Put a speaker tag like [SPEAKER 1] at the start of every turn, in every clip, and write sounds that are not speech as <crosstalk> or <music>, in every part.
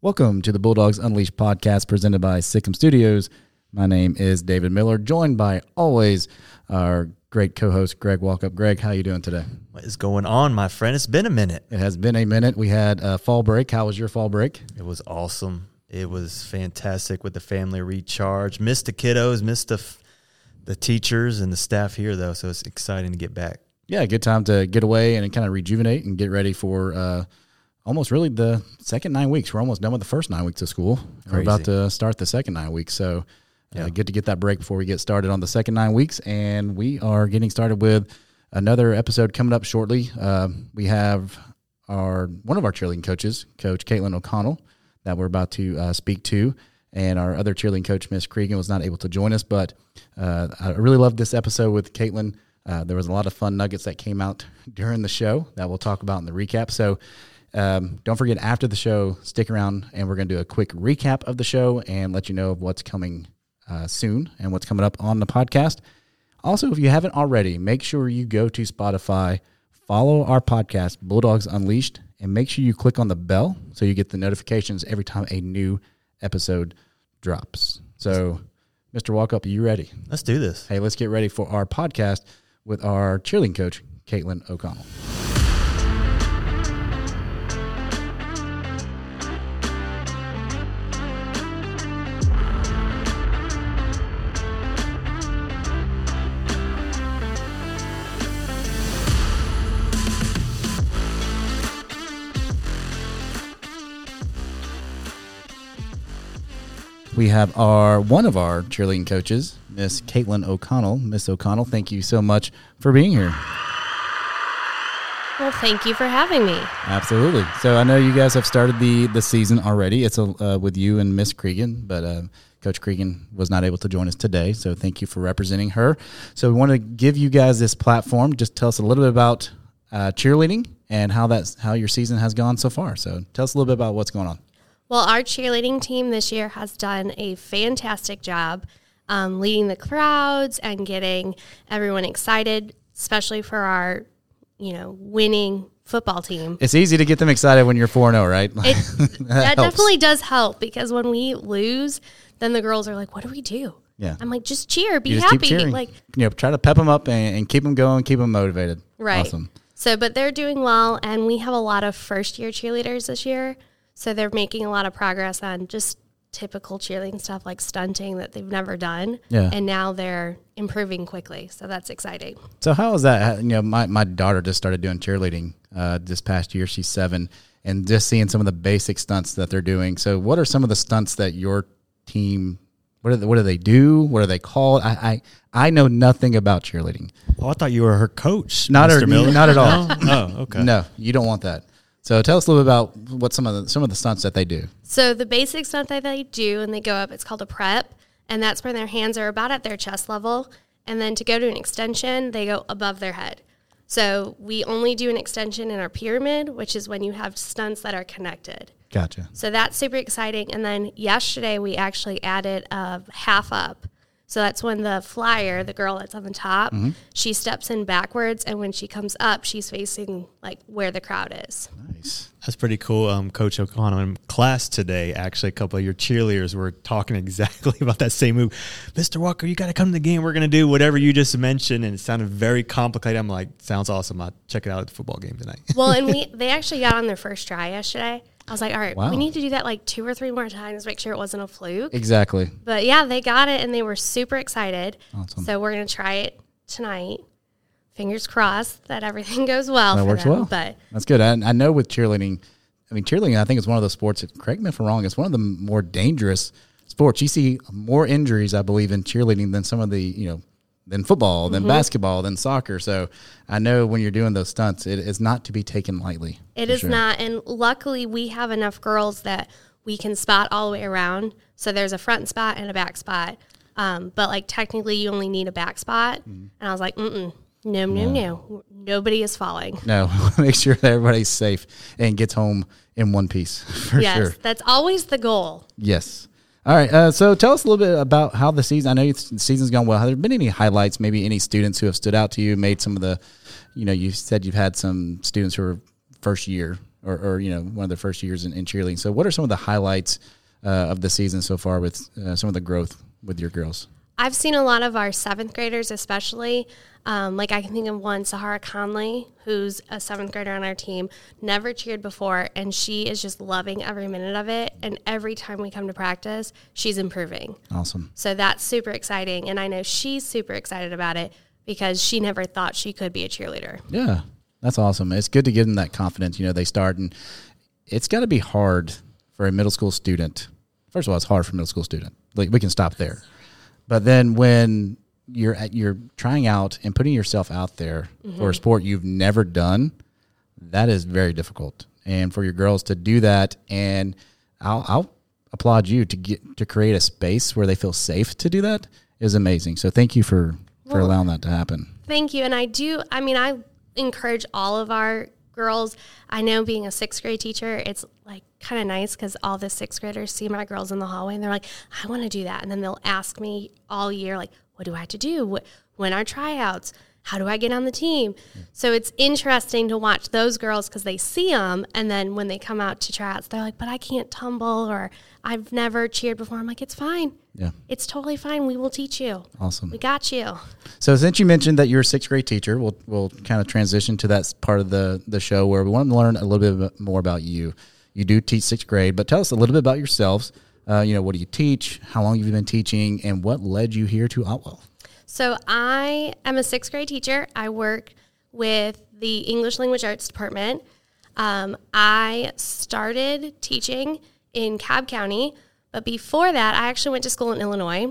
[SPEAKER 1] Welcome to the Bulldogs Unleashed podcast presented by Sikkim Studios. My name is David Miller, joined by always our great co-host Greg Walkup. Greg, how you doing today?
[SPEAKER 2] What is going on, my friend? It's been a minute.
[SPEAKER 1] It has been a minute. We had a fall break. How was your fall break?
[SPEAKER 2] It was awesome. It was fantastic with the family recharge. Missed the kiddos, missed the, f- the teachers and the staff here, though. So it's exciting to get back.
[SPEAKER 1] Yeah, good time to get away and kind of rejuvenate and get ready for uh, almost really the second nine weeks. We're almost done with the first nine weeks of school. We're about to start the second nine weeks. So uh,
[SPEAKER 2] Yeah.
[SPEAKER 1] good to get that break before we get started on the second nine weeks. And we are getting started with another episode coming up shortly. Uh, we have our one of our cheerleading coaches, Coach Caitlin O'Connell, that we're about to uh, speak to. And our other cheerleading coach, Miss Cregan, was not able to join us, but uh, I really loved this episode with Caitlin. Uh, there was a lot of fun nuggets that came out <laughs> during the show that we'll talk about in the recap. So um, don't forget, after the show, stick around and we're going to do a quick recap of the show and let you know of what's coming uh, soon and what's coming up on the podcast. Also, if you haven't already, make sure you go to Spotify, follow our podcast, Bulldogs Unleashed, and make sure you click on the bell so you get the notifications every time a new episode drops. So, Mr. Walkup, are you ready?
[SPEAKER 2] Let's do this.
[SPEAKER 1] Hey, let's get ready for our podcast with our cheerleading coach, Caitlin O'Connell. We have our one of our cheerleading coaches, Miss Caitlin O'Connell. Miss O'Connell, thank you so much for being here.
[SPEAKER 3] Well, thank you for having me.
[SPEAKER 1] Absolutely. So I know you guys have started the the season already. It's uh, with you and Miss Cregan, but uh, Coach Cregan was not able to join us today. So thank you for representing her. So we want to give you guys this platform. Just tell us a little bit about uh, cheerleading and how that's how your season has gone so far. So tell us a little bit about what's going on.
[SPEAKER 3] Well, our cheerleading team this year has done a fantastic job um, leading the crowds and getting everyone excited, especially for our, you know, winning football team.
[SPEAKER 1] It's easy to get them excited when you're four four zero, right? <laughs>
[SPEAKER 3] It, that
[SPEAKER 1] helps.
[SPEAKER 3] definitely does help because when we lose, then the girls are like, "What do we do?"
[SPEAKER 1] Yeah.
[SPEAKER 3] I'm like, "Just cheer, be
[SPEAKER 1] you just
[SPEAKER 3] happy."
[SPEAKER 1] keep cheering.
[SPEAKER 3] Like,
[SPEAKER 1] you know, try to pep them up and, and keep them going, keep them motivated.
[SPEAKER 3] Right.
[SPEAKER 1] Awesome.
[SPEAKER 3] So, but they're doing well, and we have a lot of first year cheerleaders this year. So they're making a lot of progress on just typical cheerleading stuff like stunting that they've never done.
[SPEAKER 1] Yeah.
[SPEAKER 3] And now they're improving quickly. So that's exciting.
[SPEAKER 1] So how is that? You know, my, my daughter just started doing cheerleading uh, this past year. She's seven, and just seeing some of the basic stunts that they're doing. So what are some of the stunts that your team? What are the, what do they do? What are they called? I I, I know nothing about cheerleading.
[SPEAKER 4] Oh, I thought you were her coach.
[SPEAKER 1] Not
[SPEAKER 4] Mr.
[SPEAKER 1] at-
[SPEAKER 4] Miller.
[SPEAKER 1] not at <laughs> all.
[SPEAKER 4] No? <laughs> Oh, okay.
[SPEAKER 1] No, you don't want that. So tell us a little bit about what some of the some of the stunts that they do.
[SPEAKER 3] So the basic stunt that they do and they go up, it's called a prep, and that's where their hands are about at their chest level. And then to go to an extension, they go above their head. So we only do an extension in our pyramid, which is when you have stunts that are connected.
[SPEAKER 1] Gotcha.
[SPEAKER 3] So that's super exciting. And then yesterday we actually added a half up. So that's when the flyer, the girl that's on the top,
[SPEAKER 1] Mm-hmm.
[SPEAKER 3] she steps in backwards, and when she comes up, she's facing like where the crowd
[SPEAKER 1] <laughs>
[SPEAKER 3] is.
[SPEAKER 1] Nice.
[SPEAKER 4] That's pretty cool. Um, Coach O'Connell in class today, actually, a couple of your cheerleaders were talking <laughs> exactly about that same move. Mr. Walker, you got to come to the game. We're going to do whatever you just mentioned. And it sounded very complicated. I'm like, sounds awesome. I'll check it out at the football game tonight. <laughs>
[SPEAKER 3] Well, and we they actually got on their first try yesterday. I was like, all right,
[SPEAKER 1] Wow.
[SPEAKER 3] we need to do that like two or three more times, make sure it wasn't a fluke.
[SPEAKER 1] Exactly.
[SPEAKER 3] But yeah, they got it, and they were super excited.
[SPEAKER 1] Awesome.
[SPEAKER 3] So we're gonna try it tonight. Fingers crossed that everything <laughs> goes well.
[SPEAKER 1] That
[SPEAKER 3] for
[SPEAKER 1] works
[SPEAKER 3] them.
[SPEAKER 1] well.
[SPEAKER 3] But
[SPEAKER 1] That's good. I, I know with cheerleading, I mean, cheerleading, I think is one of those sports, correct me if I'm wrong, it's one of the more dangerous sports. You see more injuries, I believe, in cheerleading than some of the, you know, than football,
[SPEAKER 3] Mm-hmm.
[SPEAKER 1] than basketball, than soccer. So I know when you're doing those stunts, it is not to be taken lightly.
[SPEAKER 3] It
[SPEAKER 1] for
[SPEAKER 3] is
[SPEAKER 1] sure.
[SPEAKER 3] not. And luckily, we have enough girls that we can spot all the way around. So there's a front spot and a back spot. Um, but like technically, you only need a back spot.
[SPEAKER 1] Mm-hmm.
[SPEAKER 3] And I was like, mm no, no, no. Nobody is falling.
[SPEAKER 1] No, <laughs> make sure that everybody's safe and gets home in one piece <laughs> for
[SPEAKER 3] yes,
[SPEAKER 1] sure.
[SPEAKER 3] that's always the goal.
[SPEAKER 1] Yes. All right. Uh, so tell us a little bit about how the season. I know it's- the season's gone well. Have there been any highlights? Maybe any students who have stood out to you? Made some of the, you know, you said you've had some students who are first year or, or you know one of their first years in, in cheerleading. So, what are some of the highlights uh, of the season so far with uh, some of the growth with your girls?
[SPEAKER 3] I've seen a lot of our seventh graders, especially. Um, like I can think of one, Sahara Conley, who's a seventh grader on our team, never cheered before, and she is just loving every minute of it. And every time we come to practice, she's improving.
[SPEAKER 1] Awesome.
[SPEAKER 3] So that's super exciting. And I know she's super excited about it because she never thought she could be a cheerleader.
[SPEAKER 1] Yeah, that's awesome. It's good to give them that confidence. You know, they start, and it's got to be hard for a middle school student. First of all, it's hard for a middle school student. Like we can stop there, but then when you're at, you're trying out and putting yourself out there for a sport you've never done, that is very difficult. And for your girls to do that, and I'll, I'll applaud you to get to create a space where they feel safe to do that is amazing. So thank you for for allowing that to happen.
[SPEAKER 3] Thank you. And I do, I mean, I encourage all of our girls. I know being a sixth grade teacher, it's like kind of nice because all the sixth graders see my girls in the hallway and they're like, I want to do that. And then they'll ask me all year, like, what do I have to do? What, when are tryouts? How do I get on the team? So it's interesting to watch those girls because they see them. And then when they come out to tryouts, they're like, but I can't tumble or I've never cheered before. I'm like, it's fine.
[SPEAKER 1] Yeah,
[SPEAKER 3] It's totally fine. We will teach you.
[SPEAKER 1] awesome.
[SPEAKER 3] We got you.
[SPEAKER 1] So since you mentioned that you're a sixth grade teacher, we'll we'll kind of transition to that s- part of the the show where we want to learn a little bit ab- more about you. You do teach sixth grade, but tell us a little bit about yourselves. Uh, you know, what do you teach? How long have you been teaching, and what led you here to Otwell?
[SPEAKER 3] So I am a sixth grade teacher. I work with the English Language Arts Department. Um, I started teaching in Cobb County, but before that, I actually went to school in Illinois,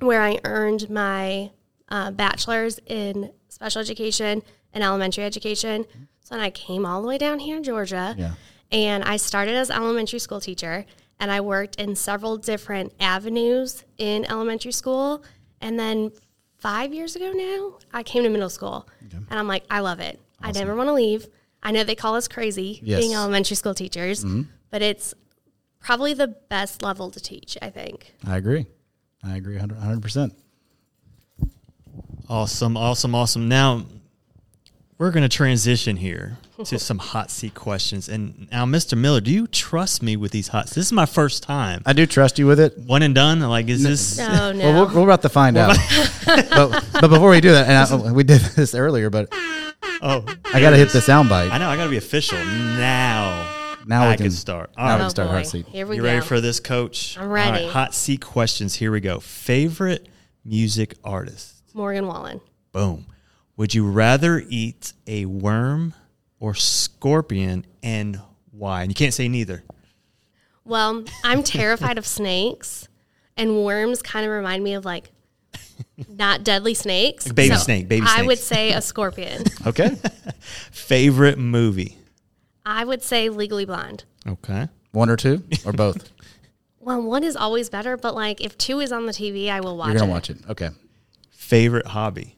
[SPEAKER 3] where I earned my uh, bachelor's in special education and elementary education. So then I came all the way down here in Georgia,
[SPEAKER 1] Yeah.
[SPEAKER 3] and I started as elementary school teacher, and I worked in several different avenues in elementary school, and then five years ago now, I came to middle school, and I'm like, I love it. I never want to leave. I know they call us crazy
[SPEAKER 1] Yes. Mm-hmm.
[SPEAKER 3] being elementary school teachers, but it's probably the best level to teach. I
[SPEAKER 1] <laughs>
[SPEAKER 3] think.
[SPEAKER 1] I agree. I agree 100 percent.
[SPEAKER 4] Awesome, awesome, awesome. Now we're going to transition here to some hot seat questions. And now, Mr. Miller, do you trust me with these hot? This is my first time.
[SPEAKER 1] I do trust you with it.
[SPEAKER 4] One and done. Like, is this?
[SPEAKER 3] No, no.
[SPEAKER 1] Oh, Well, we're, we're about to find out. <laughs> but, but before we do that, and I, oh, we did this earlier, but
[SPEAKER 4] Oh,
[SPEAKER 1] I got to hit the soundbite.
[SPEAKER 4] I know. I got to be official now.
[SPEAKER 1] Now
[SPEAKER 4] I
[SPEAKER 1] we can-
[SPEAKER 4] start. All
[SPEAKER 1] now
[SPEAKER 4] right.
[SPEAKER 1] we
[SPEAKER 3] Oh,
[SPEAKER 1] can start
[SPEAKER 3] boy.
[SPEAKER 1] hard seat.
[SPEAKER 3] Here we
[SPEAKER 4] you
[SPEAKER 3] go.
[SPEAKER 4] ready for this, Coach?
[SPEAKER 3] I'm ready.
[SPEAKER 4] All right, hot seat questions. Here we go. Favorite music artist?
[SPEAKER 3] Morgan Wallen.
[SPEAKER 4] Boom. Would you rather eat a worm or scorpion, and why? And you can't say neither.
[SPEAKER 3] Well, I'm terrified of <laughs> snakes, and worms kind of remind me of like not deadly snakes.
[SPEAKER 4] baby snake, baby
[SPEAKER 3] I
[SPEAKER 4] snake.
[SPEAKER 3] would say
[SPEAKER 4] <laughs>
[SPEAKER 3] a scorpion.
[SPEAKER 1] Okay.
[SPEAKER 4] Favorite movie?
[SPEAKER 3] I would say Legally Blonde.
[SPEAKER 4] Okay.
[SPEAKER 1] <laughs> One or two <laughs> or both.
[SPEAKER 3] Well, one is always better, but like if two is on the TV, I will watch
[SPEAKER 1] You're gonna
[SPEAKER 3] it.
[SPEAKER 1] watch it. Okay.
[SPEAKER 4] Favorite hobby?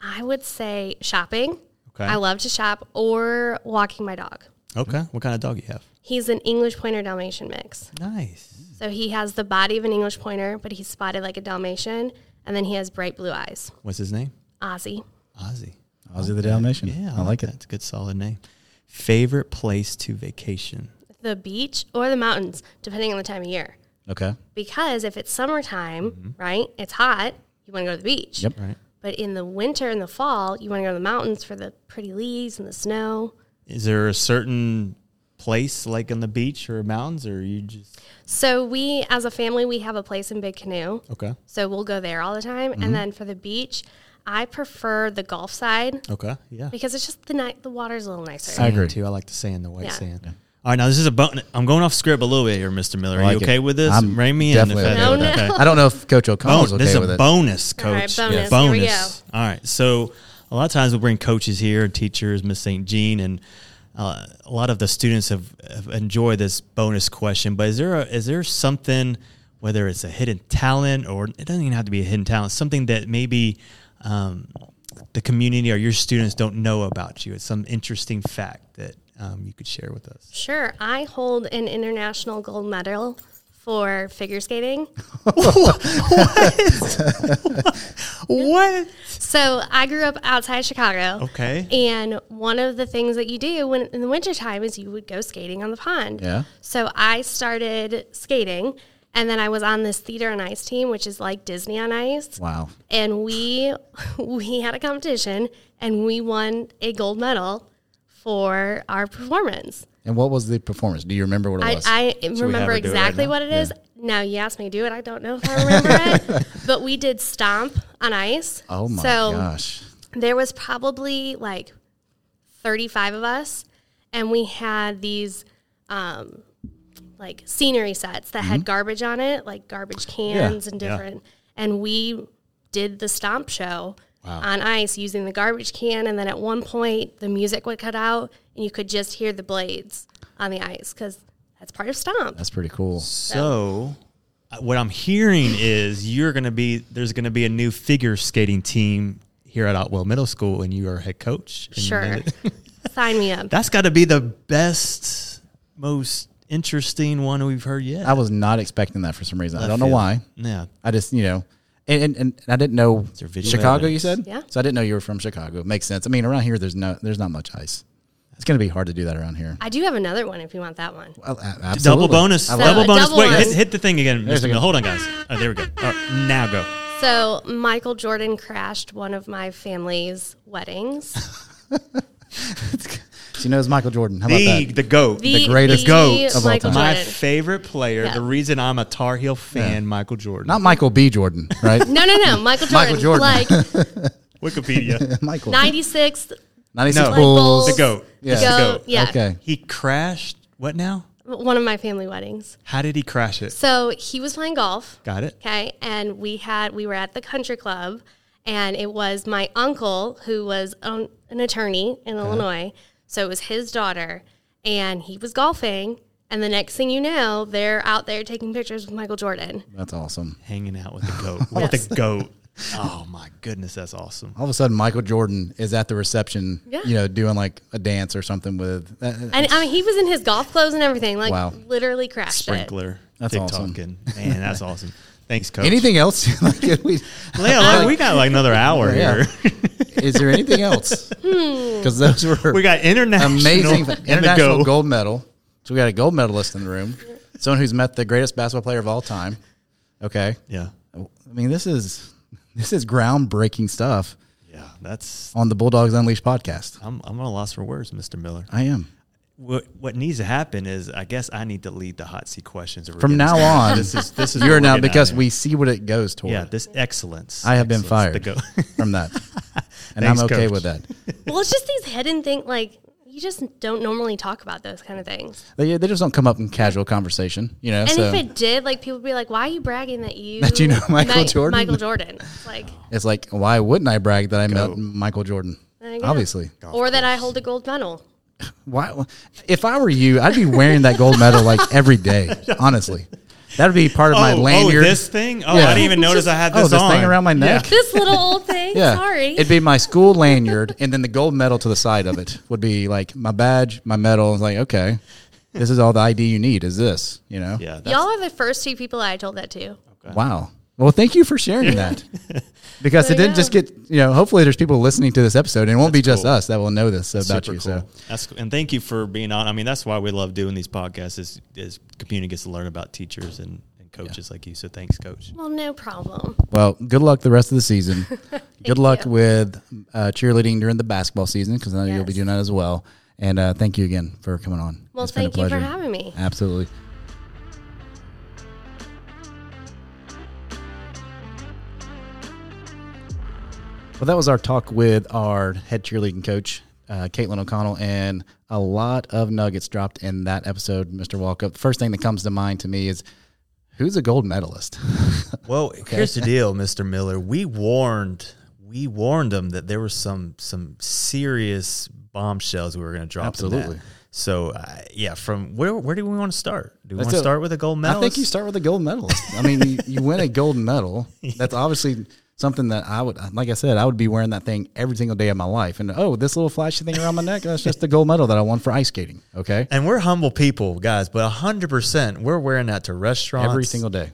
[SPEAKER 3] I would say shopping.
[SPEAKER 4] Okay.
[SPEAKER 3] I love to shop or walking my dog.
[SPEAKER 4] Okay. What kind of dog you have?
[SPEAKER 3] He's an English pointer Dalmatian mix.
[SPEAKER 4] Nice.
[SPEAKER 3] So he has the body of an English pointer, but he's spotted like a Dalmatian, and then he has bright blue eyes.
[SPEAKER 4] What's his name?
[SPEAKER 3] Ozzy.
[SPEAKER 4] Ozzy.
[SPEAKER 1] Ozzy the Dalmatian.
[SPEAKER 4] Yeah,
[SPEAKER 1] I like it.
[SPEAKER 4] It's a good solid name. Favorite place to vacation?
[SPEAKER 3] The beach or the mountains, depending on the time of year.
[SPEAKER 1] Okay.
[SPEAKER 3] Because if it's summertime, right, it's hot, you want to go to the beach.
[SPEAKER 1] Mm-hmm. Yep.
[SPEAKER 4] Right.
[SPEAKER 3] But in the winter and the fall, you want to go to the mountains for the pretty leaves and the snow.
[SPEAKER 4] Is there a certain place like on the beach or mountains, or you just
[SPEAKER 3] So we, as a family, we have a place in Big Canoe.
[SPEAKER 4] okay?
[SPEAKER 3] So we'll go there all the time.
[SPEAKER 1] Mm-hmm.
[SPEAKER 3] And then for the beach, I prefer the Gulf side
[SPEAKER 4] Okay. Yeah.
[SPEAKER 3] because it's just the night, the water's a little nicer.
[SPEAKER 1] I agree.
[SPEAKER 4] Too. I like the sand, the white
[SPEAKER 3] Yeah.
[SPEAKER 4] sand. All right, now this is a bone. I'm going off script a little bit here, Mr. Miller. Are
[SPEAKER 1] like
[SPEAKER 4] you
[SPEAKER 1] it.
[SPEAKER 4] okay with this?
[SPEAKER 1] I'm
[SPEAKER 4] Rein me
[SPEAKER 1] definitely
[SPEAKER 4] in.
[SPEAKER 1] okay
[SPEAKER 4] that's
[SPEAKER 3] with
[SPEAKER 1] <laughs>
[SPEAKER 3] it.
[SPEAKER 1] I don't know if Coach
[SPEAKER 4] Oh,
[SPEAKER 1] O'Connell's
[SPEAKER 4] this is
[SPEAKER 1] okay
[SPEAKER 4] a
[SPEAKER 1] with it.
[SPEAKER 4] bonus,
[SPEAKER 3] All right,
[SPEAKER 4] coach.
[SPEAKER 3] bonus. Here we
[SPEAKER 4] bonus. All right. So a lot of times we'll bring coaches here, teachers, Miss St. Jean, and uh, a lot of the students have, have enjoyed this bonus question. But is there a, is there something, whether it's a hidden talent or it doesn't even have to be a hidden talent, something that maybe um, the community or your students don't know about you? It's some interesting fact that um, you could share with us.
[SPEAKER 3] Sure. I hold an international gold medal for figure skating.
[SPEAKER 4] What?
[SPEAKER 3] So I grew up outside Chicago.
[SPEAKER 4] Okay.
[SPEAKER 3] And one of the things that you do when in the wintertime is you would go skating on the pond.
[SPEAKER 1] Yeah.
[SPEAKER 3] So I started skating and then I was on this theater on ice team, which is like Disney on ice.
[SPEAKER 1] Wow.
[SPEAKER 3] And we <laughs> we had a competition and we won a gold medal for our performance.
[SPEAKER 1] And what was the performance? Do you remember what it was?
[SPEAKER 3] I, I remember
[SPEAKER 2] her do it right
[SPEAKER 3] exactly
[SPEAKER 2] now?
[SPEAKER 3] what it is. Now you asked me to do it. I don't know if I remember it, but we did stomp on ice.
[SPEAKER 1] oh my
[SPEAKER 3] so
[SPEAKER 1] gosh.
[SPEAKER 3] there was probably like 35 of us and we had these um, like scenery sets that had garbage on it like garbage cans and
[SPEAKER 4] Mm-hmm. Yeah.
[SPEAKER 3] different and we did the stomp show on ice using the garbage can and then at one point the music would cut out and you could just hear the blades on the ice because that's part of stomp
[SPEAKER 1] That's pretty cool.
[SPEAKER 4] So, uh, what I'm hearing is you're going to be there's going to be a new figure skating team here at Otwell Middle School, and you are head coach. And <laughs>
[SPEAKER 3] sure sign me up
[SPEAKER 4] that's got to be the best, most interesting one we've heard yet.
[SPEAKER 1] I was not expecting that for some reason. I, don't know
[SPEAKER 4] feel-
[SPEAKER 1] why.
[SPEAKER 4] yeah,
[SPEAKER 1] I just, you know, and, and, and I didn't know
[SPEAKER 2] your visual
[SPEAKER 1] Chicago. You
[SPEAKER 2] evidence.
[SPEAKER 1] said,
[SPEAKER 3] Yeah.
[SPEAKER 1] So I didn't know you were from Chicago. Makes sense. I mean, around here, there's no, there's not much ice. It's going to be hard to do that around here.
[SPEAKER 3] i do have another one if you want that one
[SPEAKER 1] Well, a-
[SPEAKER 4] double
[SPEAKER 1] absolutely.
[SPEAKER 4] bonus,
[SPEAKER 1] I
[SPEAKER 3] love
[SPEAKER 4] double
[SPEAKER 3] it.
[SPEAKER 4] bonus.
[SPEAKER 3] Double
[SPEAKER 4] Wait,
[SPEAKER 3] bonus.
[SPEAKER 4] hit, hit the thing again.
[SPEAKER 1] There's
[SPEAKER 4] Mr.
[SPEAKER 1] a
[SPEAKER 4] Mill.
[SPEAKER 1] good-
[SPEAKER 4] Hold on,
[SPEAKER 3] <laughs>
[SPEAKER 4] guys. Oh, there we go. All right, now go.
[SPEAKER 3] So Michael Jordan crashed one of my family's weddings.
[SPEAKER 1] She knows Michael Jordan. How about
[SPEAKER 4] The
[SPEAKER 1] that?
[SPEAKER 4] the goat.
[SPEAKER 1] <laughs> The greatest
[SPEAKER 4] goat
[SPEAKER 1] of all
[SPEAKER 3] Michael
[SPEAKER 1] time.
[SPEAKER 4] my
[SPEAKER 3] Jordan.
[SPEAKER 4] favorite player.
[SPEAKER 3] Yeah.
[SPEAKER 4] The reason I'm a Tar Heel fan, Michael Jordan.
[SPEAKER 1] Not Michael B. Jordan, right?
[SPEAKER 3] <laughs> no, no, no, Michael Jordan.
[SPEAKER 1] Michael Jordan.
[SPEAKER 3] Like
[SPEAKER 1] <laughs> <laughs>
[SPEAKER 4] Wikipedia.
[SPEAKER 1] Michael.
[SPEAKER 3] 96
[SPEAKER 1] 96
[SPEAKER 4] No.
[SPEAKER 3] like
[SPEAKER 1] Bulls.
[SPEAKER 3] Bulls.
[SPEAKER 4] The goat.
[SPEAKER 1] Yeah.
[SPEAKER 3] The
[SPEAKER 1] The
[SPEAKER 3] goat. Yeah.
[SPEAKER 1] Okay.
[SPEAKER 4] he crashed. What now?
[SPEAKER 3] One of my family weddings.
[SPEAKER 4] How did he crash it?
[SPEAKER 3] So he was playing golf.
[SPEAKER 4] Got it.
[SPEAKER 3] Okay. And we had we were at the country club and it was my uncle who was an an attorney in Illinois. So it was his daughter and he was golfing and the next thing you know, they're out there taking pictures with Michael Jordan.
[SPEAKER 1] That's awesome.
[SPEAKER 4] Hanging out with the
[SPEAKER 3] <laughs>
[SPEAKER 4] goat. With the goat. Oh my goodness, that's awesome.
[SPEAKER 3] Oh,
[SPEAKER 1] All of a sudden, Michael Jordan is at the reception,
[SPEAKER 3] Yeah.
[SPEAKER 1] you know, doing like a dance or something with. uh, That,
[SPEAKER 3] And I mean, he was in his golf clothes and everything. Like,
[SPEAKER 1] Wow.
[SPEAKER 3] literally crashed it.
[SPEAKER 4] Sprinkler.
[SPEAKER 1] That's
[SPEAKER 4] TikTok
[SPEAKER 1] awesome.
[SPEAKER 4] and-
[SPEAKER 1] <laughs>
[SPEAKER 4] Man, that's awesome. Thanks, coach.
[SPEAKER 1] anything else? <laughs> like, if we,
[SPEAKER 4] Yeah, like, we got like another hour
[SPEAKER 1] Yeah.
[SPEAKER 4] here. <laughs>
[SPEAKER 1] is there anything else? Because those were
[SPEAKER 4] we got international
[SPEAKER 1] amazing
[SPEAKER 4] and the
[SPEAKER 1] international
[SPEAKER 4] goat.
[SPEAKER 1] gold medal. So we got a gold medalist in the room, someone who's met the greatest basketball player of all time. Okay,
[SPEAKER 4] Yeah.
[SPEAKER 1] I mean this is this is groundbreaking stuff
[SPEAKER 4] Yeah. That's
[SPEAKER 1] on the Bulldogs Unleashed podcast.
[SPEAKER 4] I'm I'm at a loss for words, Mr. Miller.
[SPEAKER 1] I am.
[SPEAKER 4] What what needs to happen is I guess I need to lead the hot seat questions that we're
[SPEAKER 1] From now
[SPEAKER 4] getting <laughs> started.
[SPEAKER 1] on,
[SPEAKER 4] This is this is
[SPEAKER 1] you're
[SPEAKER 4] what we're
[SPEAKER 1] now
[SPEAKER 4] getting out
[SPEAKER 1] because
[SPEAKER 4] here.
[SPEAKER 1] we see what it goes toward.
[SPEAKER 4] Yeah, this excellence.
[SPEAKER 1] I have been
[SPEAKER 4] Excellence, the
[SPEAKER 1] fired
[SPEAKER 4] goat.
[SPEAKER 1] from that, and
[SPEAKER 4] Thanks,
[SPEAKER 1] I'm okay
[SPEAKER 4] Coach.
[SPEAKER 1] with that.
[SPEAKER 3] Well, it's just these hidden things. Like, you just don't normally talk about those kind of things.
[SPEAKER 1] They, they just don't come up in casual conversation, you know.
[SPEAKER 3] And
[SPEAKER 1] so
[SPEAKER 3] if it did, like, people would be like, why are you bragging that you,
[SPEAKER 1] That you know Michael
[SPEAKER 3] met
[SPEAKER 1] Jordan?
[SPEAKER 3] Michael Jordan. It's Like,
[SPEAKER 1] it's like, why wouldn't I brag that I
[SPEAKER 4] Go.
[SPEAKER 1] met Michael Jordan?
[SPEAKER 3] there you go.
[SPEAKER 1] Obviously,
[SPEAKER 3] Or that I hold a gold medal.
[SPEAKER 1] Why? If I were you, I'd be wearing that gold medal like every
[SPEAKER 4] <laughs>
[SPEAKER 1] day. Honestly, that'd be part of <laughs> my
[SPEAKER 4] oh,
[SPEAKER 1] lanyard.
[SPEAKER 4] Oh, this thing? Oh,
[SPEAKER 1] Yeah.
[SPEAKER 4] I didn't
[SPEAKER 3] <laughs>
[SPEAKER 4] even notice I had
[SPEAKER 1] Oh,
[SPEAKER 4] this,
[SPEAKER 1] this
[SPEAKER 4] on.
[SPEAKER 1] thing around my neck.
[SPEAKER 3] This little
[SPEAKER 1] <laughs>
[SPEAKER 3] old thing.
[SPEAKER 1] Yeah,
[SPEAKER 3] Sorry.
[SPEAKER 1] it'd be my school lanyard, and then the gold medal to the side of it would be like my badge, my medal. It's like, okay, this is all the ID you need. Is this? You know?
[SPEAKER 4] Yeah. That's,
[SPEAKER 3] Y'all are the first two people I told that to.
[SPEAKER 1] Wow. Well, thank you for sharing
[SPEAKER 4] <laughs>
[SPEAKER 1] that. Because
[SPEAKER 3] There
[SPEAKER 1] it
[SPEAKER 3] you
[SPEAKER 1] didn't just
[SPEAKER 3] go.
[SPEAKER 1] get, you know, hopefully there's people listening to this episode and it won't be just
[SPEAKER 4] cool.
[SPEAKER 1] us that will know this about
[SPEAKER 4] super
[SPEAKER 1] you.
[SPEAKER 4] cool.
[SPEAKER 1] So
[SPEAKER 4] That's cool. and thank you for being on. I mean, that's why we love doing these podcasts is is community gets to learn about teachers and, and coaches like you. So thanks, coach.
[SPEAKER 3] Well, no problem.
[SPEAKER 1] Well, good luck the rest of the
[SPEAKER 3] <laughs>
[SPEAKER 1] season. good luck with uh, cheerleading during the basketball season because I know you'll be
[SPEAKER 3] Yes.
[SPEAKER 1] doing that as well. And uh, thank you again for coming on.
[SPEAKER 3] Well,
[SPEAKER 1] It's been a
[SPEAKER 3] thank you for
[SPEAKER 1] pleasure.
[SPEAKER 3] having me.
[SPEAKER 1] Absolutely. Well, that was our talk with our head cheerleading coach, uh, Caitlin O'Connell, and a lot of nuggets dropped in that episode, Mr. Walkup. First thing that comes to mind to me is who's a gold medalist? <laughs>
[SPEAKER 2] Well, here's the deal, Mr. Miller. We warned we warned them that there were some some serious bombshells we were going to drop. in that.
[SPEAKER 1] Absolutely.
[SPEAKER 2] So, uh, yeah, from where where do we want to start? Do we
[SPEAKER 1] Let's
[SPEAKER 2] want to
[SPEAKER 1] do-
[SPEAKER 2] start with a gold medal?
[SPEAKER 4] <laughs>
[SPEAKER 1] I think you start with a gold medalist. I mean, you, you win a gold medal. That's obviously something that I would, like I said, I would be wearing that thing every single day of my life. And oh, this little flashy thing around my neck, that's just the gold medal that I won for ice skating. Okay.
[SPEAKER 4] And we're humble people, guys, but 100% we're wearing that to restaurants.
[SPEAKER 1] Every single day.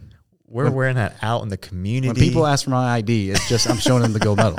[SPEAKER 4] We're wearing that out in the community.
[SPEAKER 1] When people ask for my ID, it's just I'm showing them the gold
[SPEAKER 4] <laughs>
[SPEAKER 1] medal.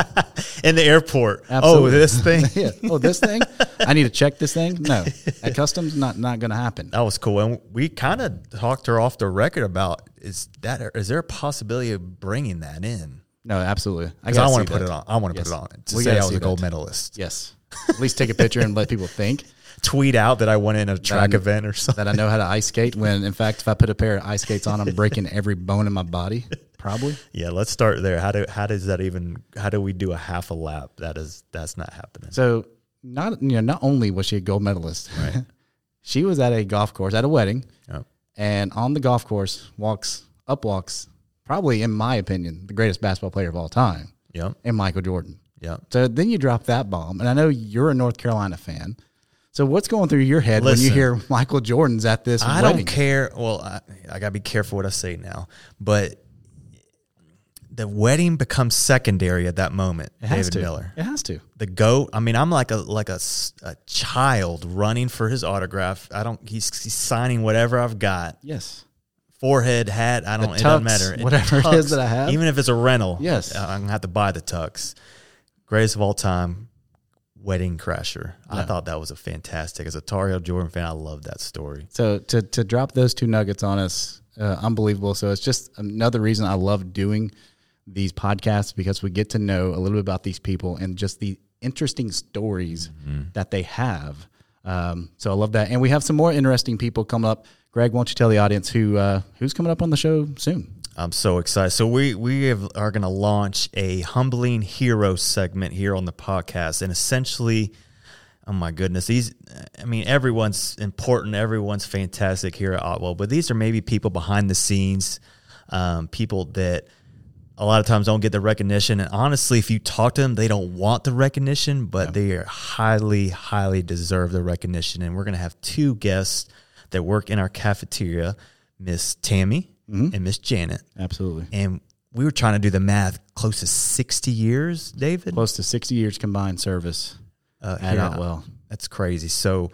[SPEAKER 4] in the airport.
[SPEAKER 1] Absolutely.
[SPEAKER 4] Oh, this thing.
[SPEAKER 1] <laughs> yeah. Oh, this thing? I need to check this thing? No. At customs, not not going to happen.
[SPEAKER 4] That was cool. And we kind of talked her off the record about is that is there a possibility of bringing that in?
[SPEAKER 1] No, absolutely.
[SPEAKER 4] Because
[SPEAKER 1] gotta
[SPEAKER 4] I want
[SPEAKER 1] see
[SPEAKER 4] to put
[SPEAKER 1] that.
[SPEAKER 4] it on. I want to
[SPEAKER 1] Yes.
[SPEAKER 4] put it on to
[SPEAKER 1] We
[SPEAKER 4] say
[SPEAKER 1] gotta
[SPEAKER 4] I was
[SPEAKER 1] see
[SPEAKER 4] a gold
[SPEAKER 1] that.
[SPEAKER 4] medalist.
[SPEAKER 1] Yes. At least take a picture and let people think
[SPEAKER 4] Tweet out that I went in a track
[SPEAKER 1] kn-
[SPEAKER 4] event or something.
[SPEAKER 1] that I know how to ice skate. When in fact, if I put a pair of ice skates on, I'm breaking every bone in my body. Probably.
[SPEAKER 4] Yeah, let's start there. How do how does that even how do we do a half a lap? That is that's not happening.
[SPEAKER 1] So not you know not only was she a gold medalist, <laughs> she was at a golf course at a wedding,
[SPEAKER 4] Oh.
[SPEAKER 1] and on the golf course walks up walks probably in my opinion the greatest basketball player of all time,
[SPEAKER 4] Yep.
[SPEAKER 1] and Michael Jordan.
[SPEAKER 4] Yep.
[SPEAKER 1] So then you drop that bomb, and I know you're a North Carolina fan. So what's going through your head when you
[SPEAKER 4] Listen.
[SPEAKER 1] hear Michael Jordan's at this
[SPEAKER 4] I
[SPEAKER 1] wedding?
[SPEAKER 4] don't care. Well, I, I gotta be careful what I say now, but the wedding becomes secondary at that moment.
[SPEAKER 1] Has
[SPEAKER 4] David
[SPEAKER 1] to.
[SPEAKER 4] Miller,
[SPEAKER 1] It has to.
[SPEAKER 4] the goat. I mean, I'm like a like a, s- a child running for his autograph. I don't. He's, he's signing whatever I've got.
[SPEAKER 1] Yes.
[SPEAKER 4] Forehead, hat. I don't. it
[SPEAKER 1] tux,
[SPEAKER 4] doesn't matter. It-
[SPEAKER 1] whatever it is that I have.
[SPEAKER 4] even if it's a rental.
[SPEAKER 1] Yes.
[SPEAKER 4] I- I'm gonna have to buy the tux. Greatest of all time, wedding crasher. I thought that was a fantastic. As a Tar Heel Jordan fan, I love that story.
[SPEAKER 1] So to to drop those two nuggets on us, uh, unbelievable. So it's just another reason I love doing these podcasts because we get to know a little bit about these people and just the interesting stories that they have. Um, so I love that, and we have some more interesting people coming up. Greg, why don't you tell the audience who uh, who's coming up on the show soon?
[SPEAKER 4] I'm so excited. So we we have, are going to launch a humbling hero segment here on the podcast, and essentially, oh my goodness, these. I mean, everyone's important. Everyone's fantastic here at Otwell, but these are maybe people behind the scenes, um, people that a lot of times don't get the recognition. And honestly, if you talk to them, they don't want the recognition, but they are highly, highly deserve the recognition. And we're going to have two guests that work in our cafeteria, Miss Tammy and Miss Janet
[SPEAKER 1] Absolutely,
[SPEAKER 4] and we were trying to do the math close to 60 years david
[SPEAKER 1] close to sixty years combined service
[SPEAKER 4] uh,
[SPEAKER 1] at
[SPEAKER 4] here.
[SPEAKER 1] Outwell.
[SPEAKER 4] that's crazy so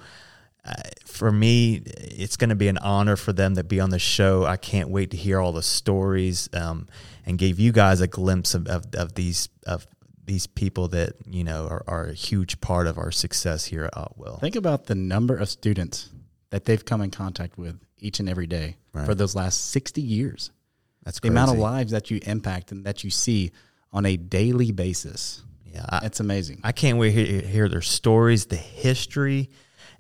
[SPEAKER 4] uh, for me it's going to be an honor for them to be on the show i can't wait to hear all the stories um, and give you guys a glimpse of, of, of these of these people that you know are, are a huge part of our success here at otwell
[SPEAKER 1] Think about the number of students that they've come in contact with each and every day for those last sixty years.
[SPEAKER 4] that's
[SPEAKER 1] the
[SPEAKER 4] crazy.
[SPEAKER 1] amount of lives that you impact and that you see on a daily basis.
[SPEAKER 4] yeah, I-
[SPEAKER 1] It's amazing.
[SPEAKER 4] I can't wait to hear, hear their stories, the history,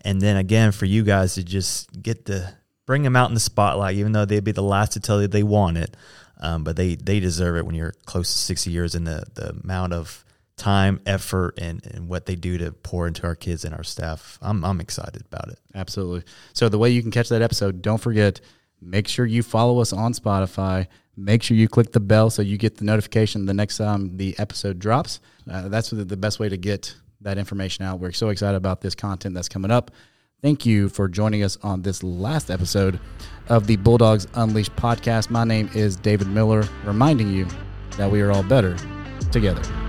[SPEAKER 4] and then again for you guys to just get to bring them out in the spotlight, even though they'd be the last to tell you they want it. Um, but they they deserve it when you're close to 60 years and the, the amount of time, effort, and, and what they do to pour into our kids and our staff. I'm, I'm excited about it.
[SPEAKER 1] Absolutely. So the way you can catch that episode, don't forget, make sure you follow us on Spotify. Make sure you click the bell so you get the notification the next time the episode drops. Uh, that's the, the best way to get that information out. We're so excited about this content that's coming up. Thank you for joining us on this last episode of the Bulldogs Unleashed podcast. My name is David Miller, reminding you that we are all better together.